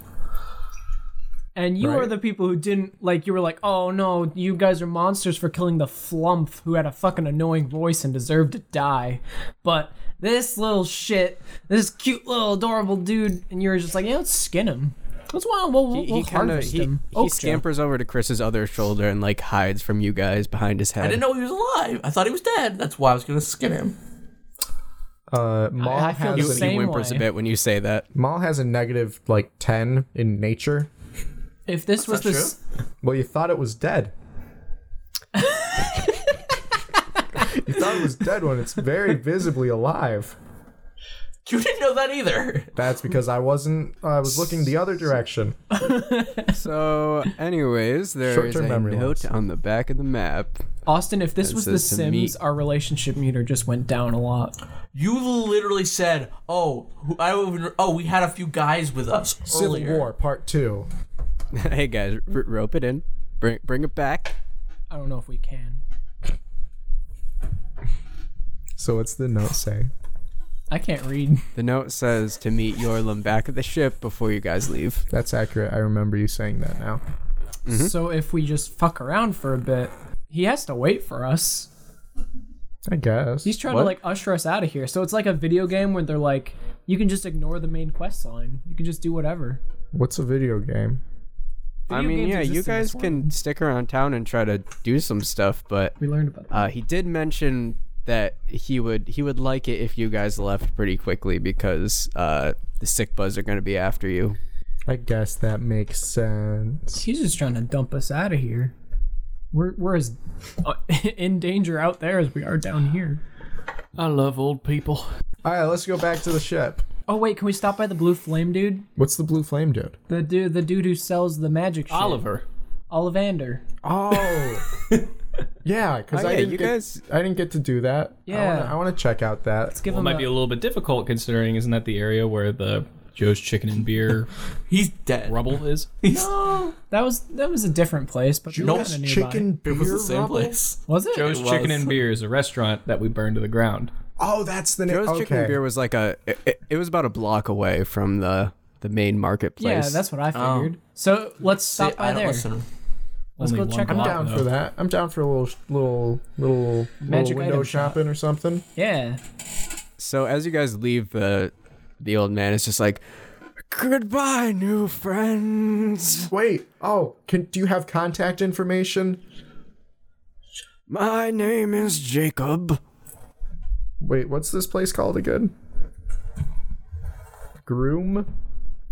and you are the people who didn't like. You were like, oh no, you guys are monsters for killing the flump who had a fucking annoying voice and deserved to die. But this little shit, this cute little adorable dude, and you were just like, yeah, let's skin him. Let's well, we'll, we'll, he we'll he kind of harvest he, him. he Oak Joe. scampers over to Chris's other shoulder and like hides from you guys behind his head. I didn't know he was alive. I thought he was dead. That's why I was gonna skin him. Uh, Maul I feel has the a- same he whimpers way. a bit when you say that. Maul has a negative like ten in nature. If this was That's the true. s- Well, you thought it was dead. you thought it was dead when it's very visibly alive. You didn't know that either. That's because I wasn't. I was looking the other direction. So, anyways, there is Short-term a memory note loss. on the back of the map. Austin, if this was The says to Sims, me- our relationship meter just went down a lot. You literally said, "Oh, who- I don't even. Oh, we had a few guys with us Civil earlier." War Part Two. hey guys, r- rope it in. Bring bring it back. I don't know if we can. So what's the note say? I can't read. The note says to meet Yorlum back at the ship before you guys leave. That's accurate. I remember you saying that now. So if we just fuck around for a bit, he has to wait for us. I guess. He's trying What? to like usher us out of here. So it's like a video game where they're like, you can just ignore the main quest line. You can just do whatever. What's a video game? I Video mean, games yeah, you exist in this guys can stick around town and try to do some stuff, but We learned about that. uh, he did mention that he would he would like it if you guys left pretty quickly because uh, the sick buzz are going to be after you. I guess that makes sense. He's just trying to dump us out of here. We're we're as uh, in danger out there as we are down here. I love old people. All right, let's go back to the ship. Oh wait, can we stop by the blue flame dude? What's the blue flame dude? The dude, the dude who sells the magic. Shit. Oliver. Ollivander. Oh. yeah, because Oh, I yeah, didn't you get, guys- I didn't get to do that. I wanna, Yeah. I wanna check out that. Let's give Well, it him might a- be a little bit difficult considering isn't that the area where the Joe's Chicken and Beer He's dead. rubble is? He's Oh, that was that was a different place, but they were Nope. kinda nearby. Chicken beer it was the same rubble? place. was it? Joe's It Chicken was. and Beer is a restaurant that we burned to the ground. Oh, that's the name. Joe's okay. Chicken and Beer was like a it- it, it was about a block away from the the main yeah, marketplace. that's what I figured. So let's stop Oh. See, by I don't there. listen. Let's Only go one check 'em block, out. down though. for that. I'm down for a little little little Magic little window item shop. shopping or something. Yeah. so as you guys leave the the old man is just like goodbye new friends. Wait. Oh, can do you have contact information? My name is Jacob. Wait, what's this place called again? Groom.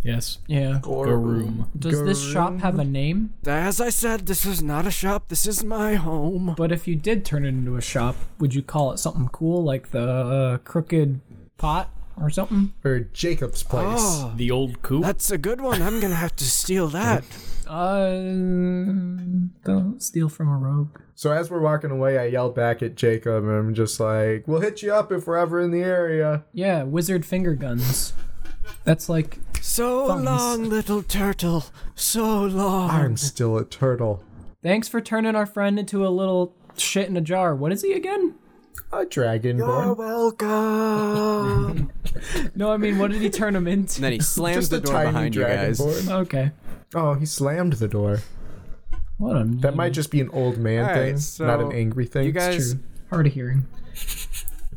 Yes. Yeah. Or room. Does this shop have a name? As I said, this is not a shop. This is my home. But if you did turn it into a shop, would you call it something cool like the uh, Crooked Pot or something? Or Jacob's place. Oh, The old coop. that's a good one. I'm gonna have to steal that. Uh, don't steal from a rogue. So as we're walking away, I yell back at Jacob and I'm just like, "We'll hit you up if we're ever in the area." Yeah, wizard finger guns. That's like So Thumbs. long, little turtle. So long. I'm still a turtle. thanks for turning our friend into a little shit in a jar. What is he again? A dragonborn. You're welcome. No, I mean, what did he turn him and into? then he slams Just the a door tiny behind you guys. dragonborn. Okay. Oh, he slammed the door. What a That might just be an old man Mm. All right, thing, not so an angry thing. you It's guys- true. hard of hearing.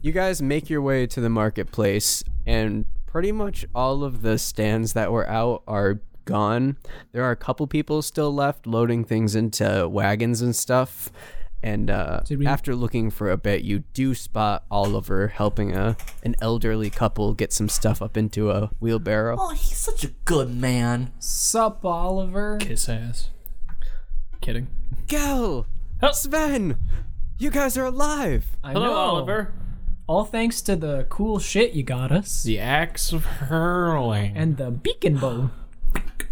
you guys make your way to the marketplace, and pretty much all of the stands that were out are gone. There are a couple people still left loading things into wagons and stuff. And uh, after looking for a bit, you do spot Oliver helping a an elderly couple get some stuff up into a wheelbarrow. Oh, he's such a good man. Sup, Oliver? Kiss ass. Kidding. Gal, Sven, you guys are alive. I Hello, know. Oliver. All thanks to the cool shit you got us The axe of hurling. and the beacon bow.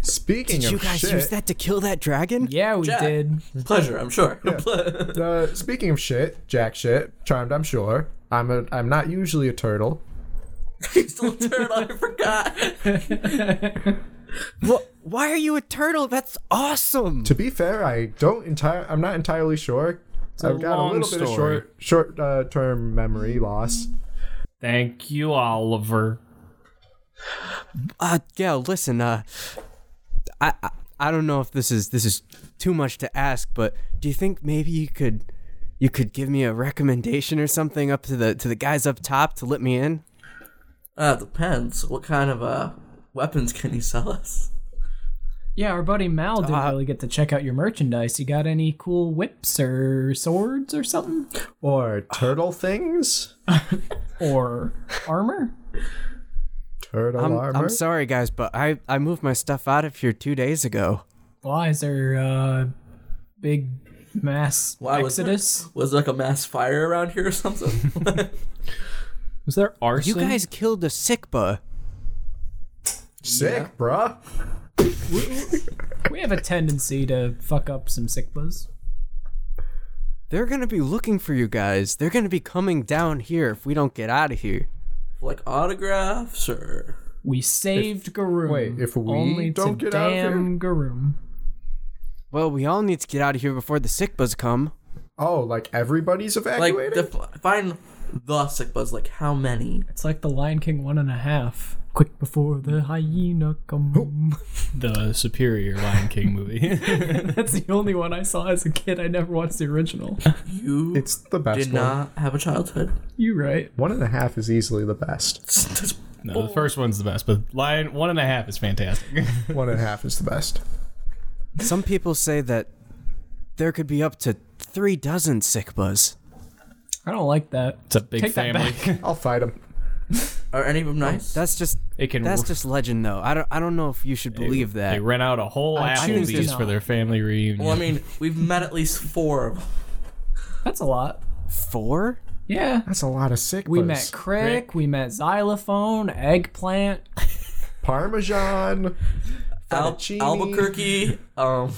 Speaking Did of you guys Oh, shit, use that to kill that dragon? Yeah, we Jack. did. Pleasure, I'm sure. uh, speaking of shit, jack shit, charmed. I'm sure. I'm a. I'm not usually a turtle. He's still a turtle, I forgot. Wha- why are you a turtle? That's awesome. To be fair, I don't entire. I'm not entirely sure. I've got a long little bit of story. short short uh, term memory loss. Thank you, Oliver. Uh, Gal, listen. Uh, I, I I don't know if this is this is too much to ask, but do you think maybe you could you could give me a recommendation or something up to the to the guys up top to let me in? Uh, depends. What kind of uh weapons can you sell us? Yeah, our buddy Mal didn't Uh, really get to check out your merchandise. You got any cool whips or swords or something? Or turtle things? Or armor? Turtle I'm, armor? I'm sorry, guys, but I I moved my stuff out of here two days ago. Why is there uh, big mass Why was there- exodus? Was there like a mass fire around here or something? Was there arson? You guys killed a Sikba. Sick, bruh. We have a tendency to fuck up some Sikbas. They're gonna be looking for you guys. They're gonna be coming down here if we don't get out of here. like autographs or We saved Garoom. wait, if we only don't to get out of here? damn Garoom. Well, we all need to get out of here before the Sikbas come. Oh, like everybody's like evacuating? defi- find the sick buzz. Like how many? It's like the Lion King one and a half. Quick before the hyena come. The superior Lion King movie. That's the only one I saw as a kid. I never watched the original. You it's the best did one. not have a childhood. you right. One and a half is easily the best. no, the first one's the best, but Lion one and a half is fantastic. One and a half is the best. Some people say that there could be up to three dozen Sikbas. I don't like that. It's a big Take that family. I'll fight him. Are any of them nice? That's just It can that's just legend, though. I don't I don't know if you should believe They that. rent out a whole I choose to Applebee's not. for their family reunion. well, I mean, we've met at least four of them. That's a lot. Four? Yeah. That's a lot of sick. We met Crick, we met Xylophone, Eggplant. Parmesan. Al- Fettuccine. Albuquerque. Um,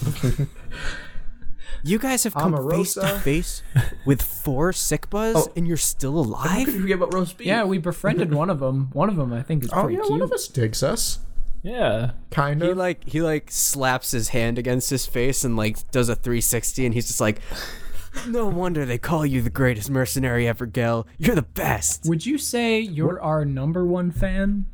You guys have come face to Omarosa. face with four Sikbas, and you're still I alive. forget about roast beef. Yeah, we befriended one of them. One of them, I think, is Oh, pretty yeah, one cute. of us digs us. yeah. Kind He of. like he like slaps his hand against his face and like does a 360, and he's just like, "No wonder they call you the greatest mercenary ever, Gel. You're the best." Would you say you're our number one fan?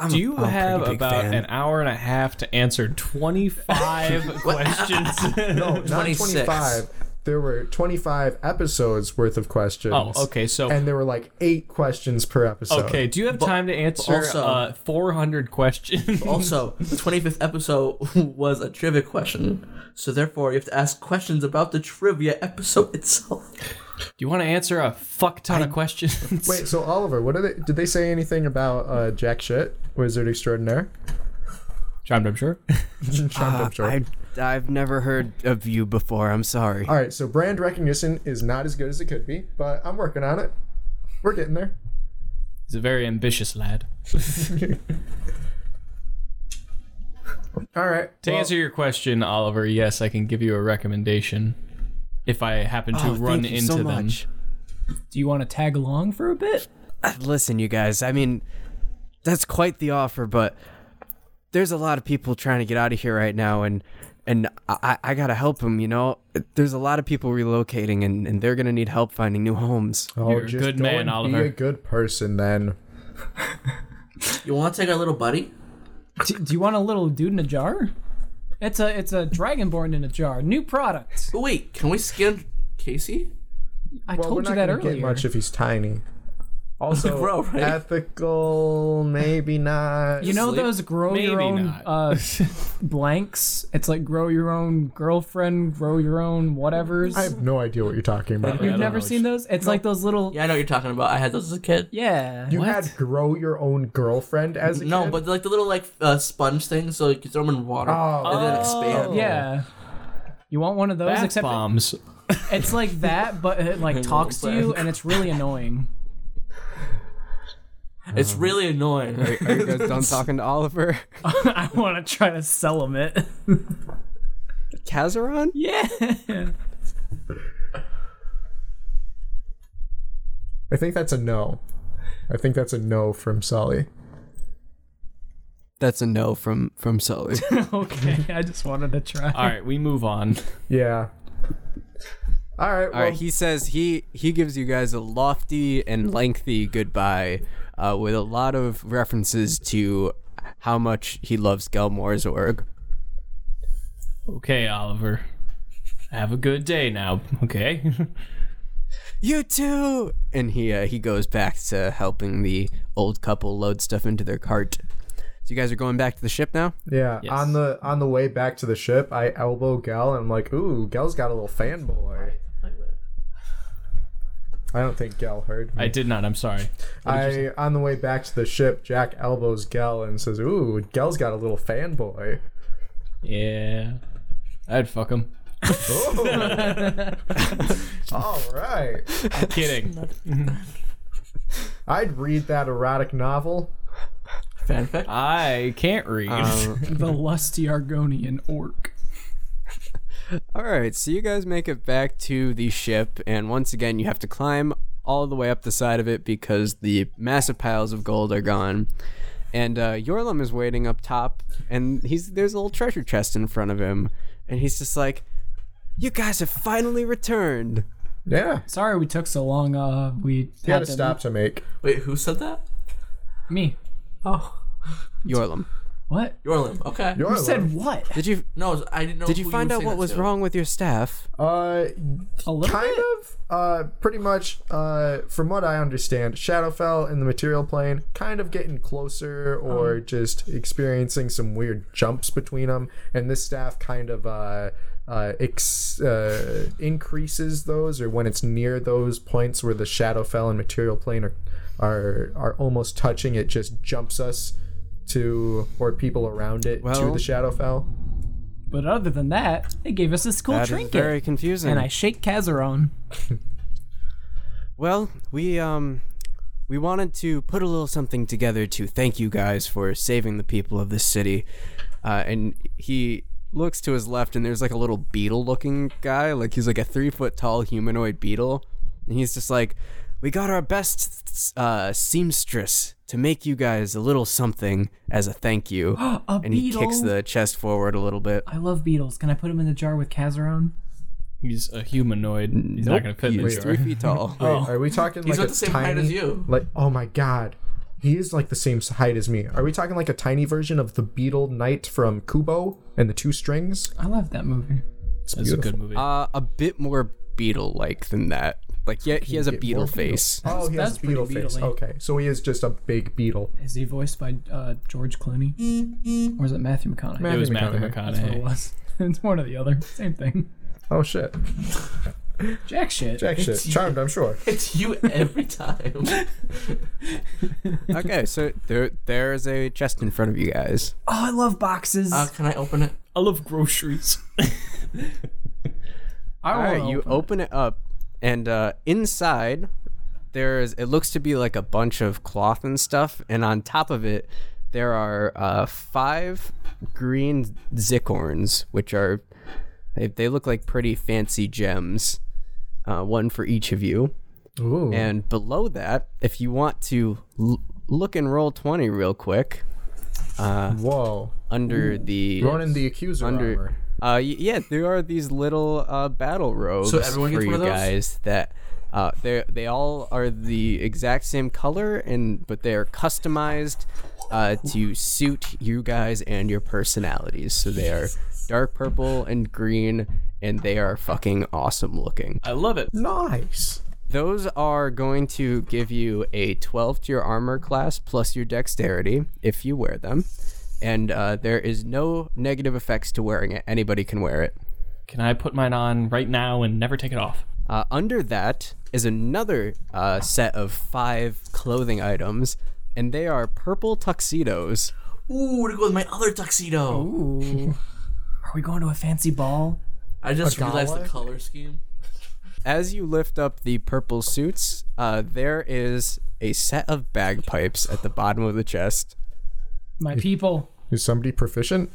I'm Do a- you I'm a pretty have big about fan. an hour and a half to answer 25 questions? no, not 26. 25. There were 25 episodes worth of questions. Oh, okay. So, And there were like eight questions per episode. okay. Do you have time to answer also- uh, 400 questions? Also, the 25th episode was a trivia question, so therefore you have to ask questions about the trivia episode itself. Do you want to answer a fuck ton of questions? Wait, so Oliver, what are they? Did they say anything about uh, Jack Shit, Wizard Extraordinaire? Charmed, I'm sure. Charmed, I'm sure. I I've never heard of you before. I'm sorry. All right, so brand recognition is not as good as it could be, but I'm working on it. We're getting there. He's a very ambitious lad. All right. To answer your question, Oliver, yes, I can give you a recommendation if I happen to Oh, run thank you into so them. much. Do you want to tag along for a bit? Listen, you guys, I mean, that's quite the offer, but there's a lot of people trying to get out of here right now, and and I, I- I gotta help them, you know? There's a lot of people relocating, and, and they're gonna need help finding new homes. Oh, You're a good go man, and Oliver. Be a good person, then. You want to take our little buddy? Do, do you want a little dude in a jar? It's a it's a dragonborn in a jar. New product. But wait, can we skin Casey? I well, we're told you not that gonna earlier. get much if he's tiny. Also, Bro, right? ethical, maybe not. you know Sleep? those grow your Maybe own not. uh, blanks? It's like grow your own girlfriend, grow your own whatever's. I have no idea what you're talking about. I You've don't never know. seen those? It's like those little. Yeah, I know what you're talking about. I had those as a kid. Yeah. You What? had grow your own girlfriend as a No, kid? but like the little like f- uh, sponge thing, so like, you throw them in water Oh. and then Oh. expand. Yeah. You want one of those? Bath except bombs. it's like that, but it like talks to you, and it's really annoying. It's really annoying. Are you guys done talking to Oliver? I want to try to sell him it. Kazaron? Yeah. I think that's a no. I think that's a no from Sully. That's a no from from Sully. okay. I just wanted to try. All right, we move on. Yeah. All right. All right, he says he he gives you guys a lofty and lengthy goodbye, uh, with a lot of references to how much he loves Gelmore's org. Okay, Oliver. Have a good day now. Okay. You too. And he uh, he goes back to helping the old couple load stuff into their cart. So you guys are going back to the ship now. yeah. Yes. On the on the way back to the ship, I elbow Gal and I'm like, "Ooh, Gal's got a little fanboy." I don't think Gal heard me. I did not. I'm sorry. I on the way back to the ship, Jack elbows Gel and says, "Ooh, Gel's got a little fanboy." Yeah. I'd fuck him. All right, Kidding. I'd read that erotic novel. Fanfic. I can't read. Uh, the lusty Argonian orc. All right, so you guys make it back to the ship, and once again, you have to climb all the way up the side of it because the massive piles of gold are gone. And uh, Yorlum is waiting up top, and he's there's a little treasure chest in front of him, and he's just like, "You guys have finally returned." Yeah, Sorry we took so long. Uh, we you had had a to stop to make. Wait, who said that? Me. Oh, Yorlum, What? Yorlim. Okay. Your You said what? did you no, I didn't know. did you who find were out saying what that was to. wrong with your staff? uh, A little kind bit? of, uh, pretty much. Uh, from what I understand, Shadowfell in the material plane, kind of getting closer or Um. just experiencing some weird jumps between them, and this staff kind of uh. Uh, ex- uh, increases those, or when it's near those points where the Shadowfell and Material Plane are, are are almost touching, it just jumps us to or people around it to Well- the Shadowfell. But other than that, they gave us this cool That is trinket. very confusing. and I shake Kazaron. Well, we um we wanted to put a little something together to thank you guys for saving the people of this city. Uh, and he looks to his left, and there's like a little beetle-looking guy. Like he's like a three-foot-tall humanoid beetle, and he's just like, "We got our best uh, seamstress to make you guys a little something as a thank you." A and beetle. he kicks the chest forward a little bit. I love beetles. Can I put them in the jar with Kazaron? He's a humanoid. He's not going to fit in the He's three jar. feet tall. Oh. Wait, are we talking like He's not a the same tiny, height as you. Like, oh my god, he is like the same height as me. Are we talking like a tiny version of the Beetle Knight from Kubo and the Two Strings? I love that movie. It's That's a beautiful. good movie. Uh, a bit more beetle-like than that. Like yeah, he has a Get beetle more face. Oh, he has That's a beetle pretty face. beetle-y. Okay, so he is just a big beetle. Is he voiced by uh, George Clooney? Or is it Matthew McConaughey? it was Matthew Matthew That's what it McConaughey. was. it's one or the other. Same thing. Oh shit, Jack shit. Jack shit, charmed, I'm sure. It's you every time. okay, so there there is a chest in front of you guys. Oh, I love boxes. uh, can I open it? I love groceries. I All wanna right, you open it up, and uh, inside there is it looks to be like a bunch of cloth and stuff, and on top of it there are uh, five green zicorns, which are they, they look like pretty fancy gems, uh, one for each of you. Ooh, And below that, if you want to l- look and roll 20 real quick whoa, under the Ronan the Accuser under armor. uh y- yeah, there are these little uh battle robes everyone for gets you one of those? guys that uh they they all are the exact same color and but they're customized uh to suit you guys and your personalities. So they are dark purple and green, and they are fucking awesome looking. I love it. Nice. Those are going to give you a 12 to your armor class plus your dexterity if you wear them. And uh, there is no negative effects to wearing it. Anybody can wear it. Can I put mine on right now and never take it off? Uh, under that is another uh, set of five clothing items, and they are purple tuxedos. Ooh, to go with my other tuxedo. Ooh. Are we going to a fancy ball? I just realized the color scheme. As you lift up the purple suits, uh, there is a set of bagpipes at the bottom of the chest. My people. Is somebody proficient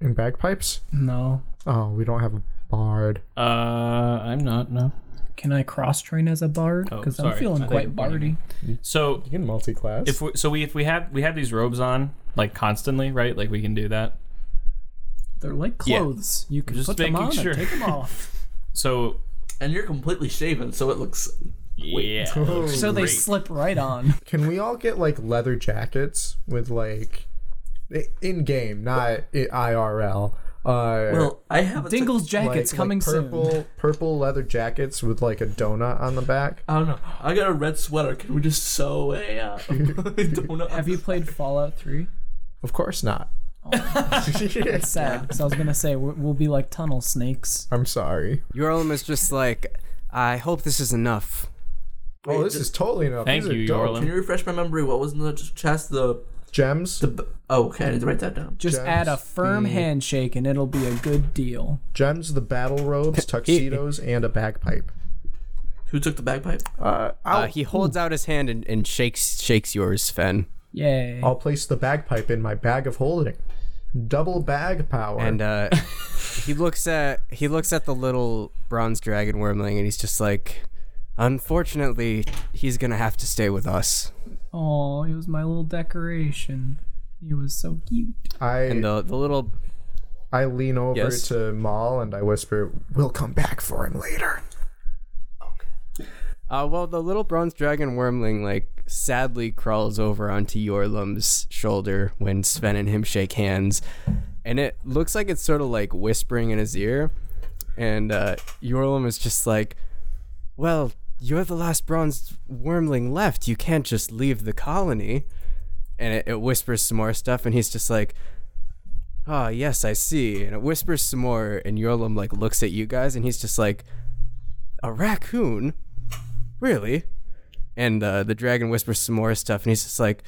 in bagpipes? No. Oh, we don't have a bard. Uh, I'm not. No. Can I cross train as a bard? Oh, Because I'm sorry. feeling I quite thought you- bardy. So You can multi-class. if we, so, we if we have we have these robes on like constantly, right? Like we can do that. They're like Yeah. clothes. You can Just put them making on sure. and take them off. So And you're completely shaven, so it looks. yeah. so they slip right on. Can we all get like leather jackets with like in game, not i- IRL? Uh, Er, Well, I have a tux- Dingle's like- jacket's like coming purple, soon. Purple leather jackets with like a donut on the back. I don't know. I got a red sweater. Can we just sew a uh, donut? Have you played Fallout 3? Of course not. It's sad. Because I was gonna say we'll, we'll be like tunnel snakes. I'm sorry. Yorlum is just like, I hope this is enough. oh, this is totally enough. Thank These are you, dope. Yorlum. Can you refresh my memory? What was in the ch- chest? The Gems, the. b- Oh, okay. I need to write that down. Just Gems, add a firm handshake and it'll be a good deal. gems, the battle robes, tuxedos, and a bagpipe. Who took the bagpipe? Uh, I'll, Uh, he holds out his hand and, and shakes shakes yours, Fen. Yay. I'll place the bagpipe in my bag of holding. Double bag power. And uh, he looks at he looks at the little bronze dragon wormling, and he's just like, unfortunately, he's gonna have to stay with us. Oh, it was my little decoration. He was so cute. I And the the little I lean over Yes? to Maul and I whisper, "We'll come back for him later." Uh, well, the little bronze dragon wormling, like, sadly crawls over onto Yorlum's shoulder when Sven and him shake hands. And it looks like it's sort of like whispering in his ear. And uh, Yorlum is just like, Well, you're the last bronze wormling left. You can't just leave the colony. And it, it whispers some more stuff, and he's just like, Ah, yes, I see. And it whispers some more, and Yorlum, like, looks at you guys, and he's just like, A raccoon? really? And uh, the dragon whispers some more stuff, and he's just like,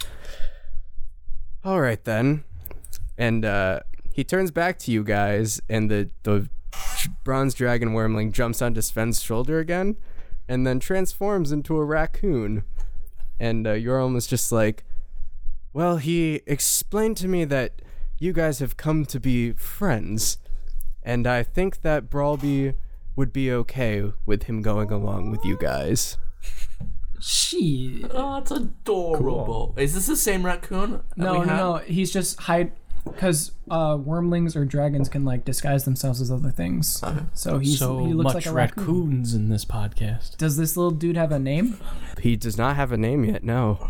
all right then. And uh, he turns back to you guys, and the, the bronze dragon wormling jumps onto Sven's shoulder again, and then transforms into a raccoon. And uh, Yoram is just like, well, he explained to me that you guys have come to be friends, and I think that Brawlby would be okay with him going along with you guys. She. Oh, it's adorable. Is this the same raccoon? that No, no, we had? no. He's just hide. Because uh, wormlings or dragons can like disguise themselves as other things. Uh-huh. So he's, so he looks much like a raccoon. raccoons in this podcast. Does this little dude have a name? He does not have a name yet, no.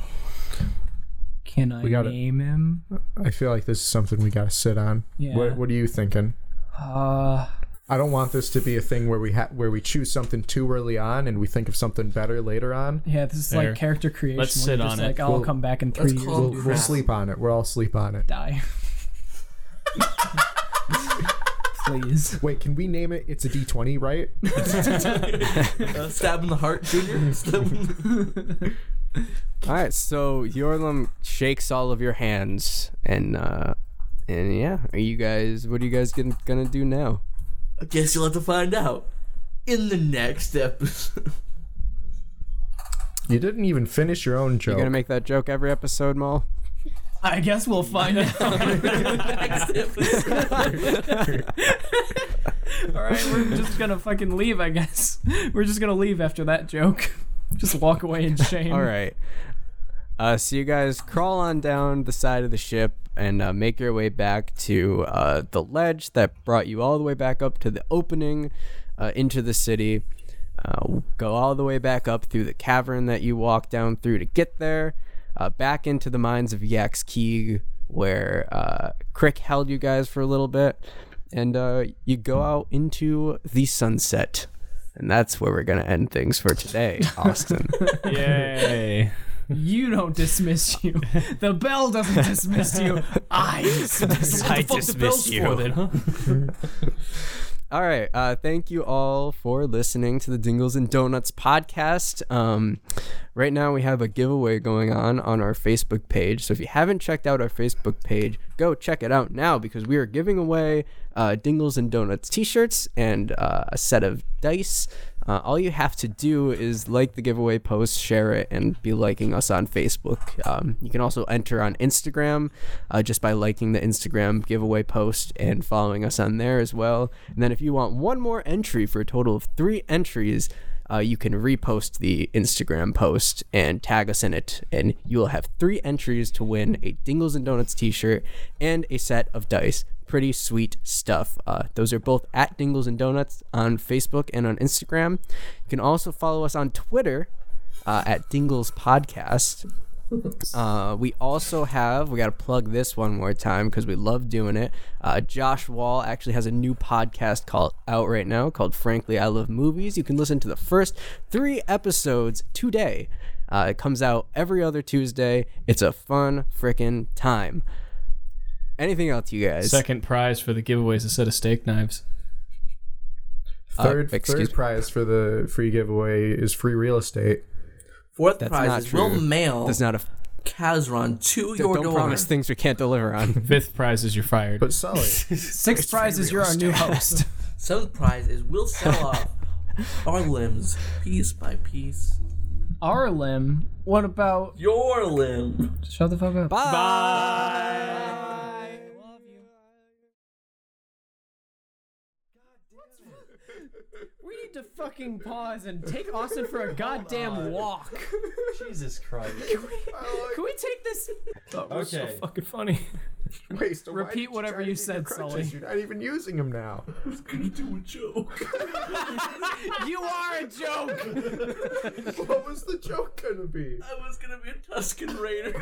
Can I gotta- name him? I feel like this is something we gotta sit on. Yeah. What What are you thinking? Uh, I don't want this to be a thing where we ha- where we choose something too early on and we think of something better later on. yeah, this is Fair. like character creation. Let's where sit you're just on it. like, I'll come back in three Let's years call and him We'll Crap. sleep on it. We're all sleep on it. die. Please. Wait, can we name it? It's a D twenty, right? Uh, stab in the heart, Junior. Stab in- All right, so Yorlum shakes all of your hands, and uh, and yeah, are you guys? What are you guys gonna, gonna do now? I guess you'll have to find out in the next episode. you didn't even finish your own joke. You gonna make that joke every episode, Maul? I guess we'll find out. next episode. All right, we're just gonna fucking leave. I guess we're just gonna leave after that joke. Just walk away in shame. All right. Uh, so you guys crawl on down the side of the ship and uh, make your way back to uh, the ledge that brought you all the way back up to the opening uh, into the city. Uh, go all the way back up through the cavern that you walked down through to get there, uh, back into the mines of Yak's Keeg, where uh, Crick held you guys for a little bit. and uh, you go out into the sunset. And that's where we're going to end things for today, Austin. Yay. You don't dismiss you. The bell doesn't dismiss you. I dismiss I fuck the dismiss bell's for you. then, huh? all right. Uh, thank you all for listening to the Dingles and Donuts podcast. Um, right now, we have a giveaway going on on our Facebook page. So if you haven't checked out our Facebook page, go check it out now because we are giving away uh, Dingles and Donuts t shirts and uh, a set of dice. Uh, all you have to do is like the giveaway post, share it, and be liking us on Facebook. Um, you can also enter on Instagram uh, just by liking the Instagram giveaway post and following us on there as well. And then if you want one more entry for a total of three entries, uh, you can repost the Instagram post and tag us in it, and you will have three entries to win a Dingles and Donuts T-shirt and a set of dice. Pretty sweet stuff. Uh, those are both at Dingles and Donuts on Facebook and on Instagram. You can also follow us on Twitter uh, at Dingles Podcast. Uh, we also have, we got to plug this one more time because we love doing it. Uh, Josh Wall actually has a new podcast called out right now called Frankly I Love Movies. You can listen to the first three episodes today. Uh, it comes out every other Tuesday. It's a fun freaking time. Anything else, you guys? Second prize for the giveaway is a set of steak knives. Third, excuse third me. prize for the free giveaway is free real estate. Fourth That's not prize is we'll true. mail That's not a. Kazron to your Don't door. promise things we can't deliver on. Fifth prize is you're fired. But Sully, Sixth prize is you're our new host. Seventh prize is we'll sell off our limbs piece by piece. Our limb. What about Your limb. shut the fuck up? Bye. We need to fucking pause and take Austin for a goddamn walk. Jesus Christ. Can we take this? Okay. Fucking funny. wait, so why Repeat did you whatever try to you use your said, crutches? Sully. You're not even using them now. You are a joke. what was the joke gonna be? I was gonna be a Tuscan Raider.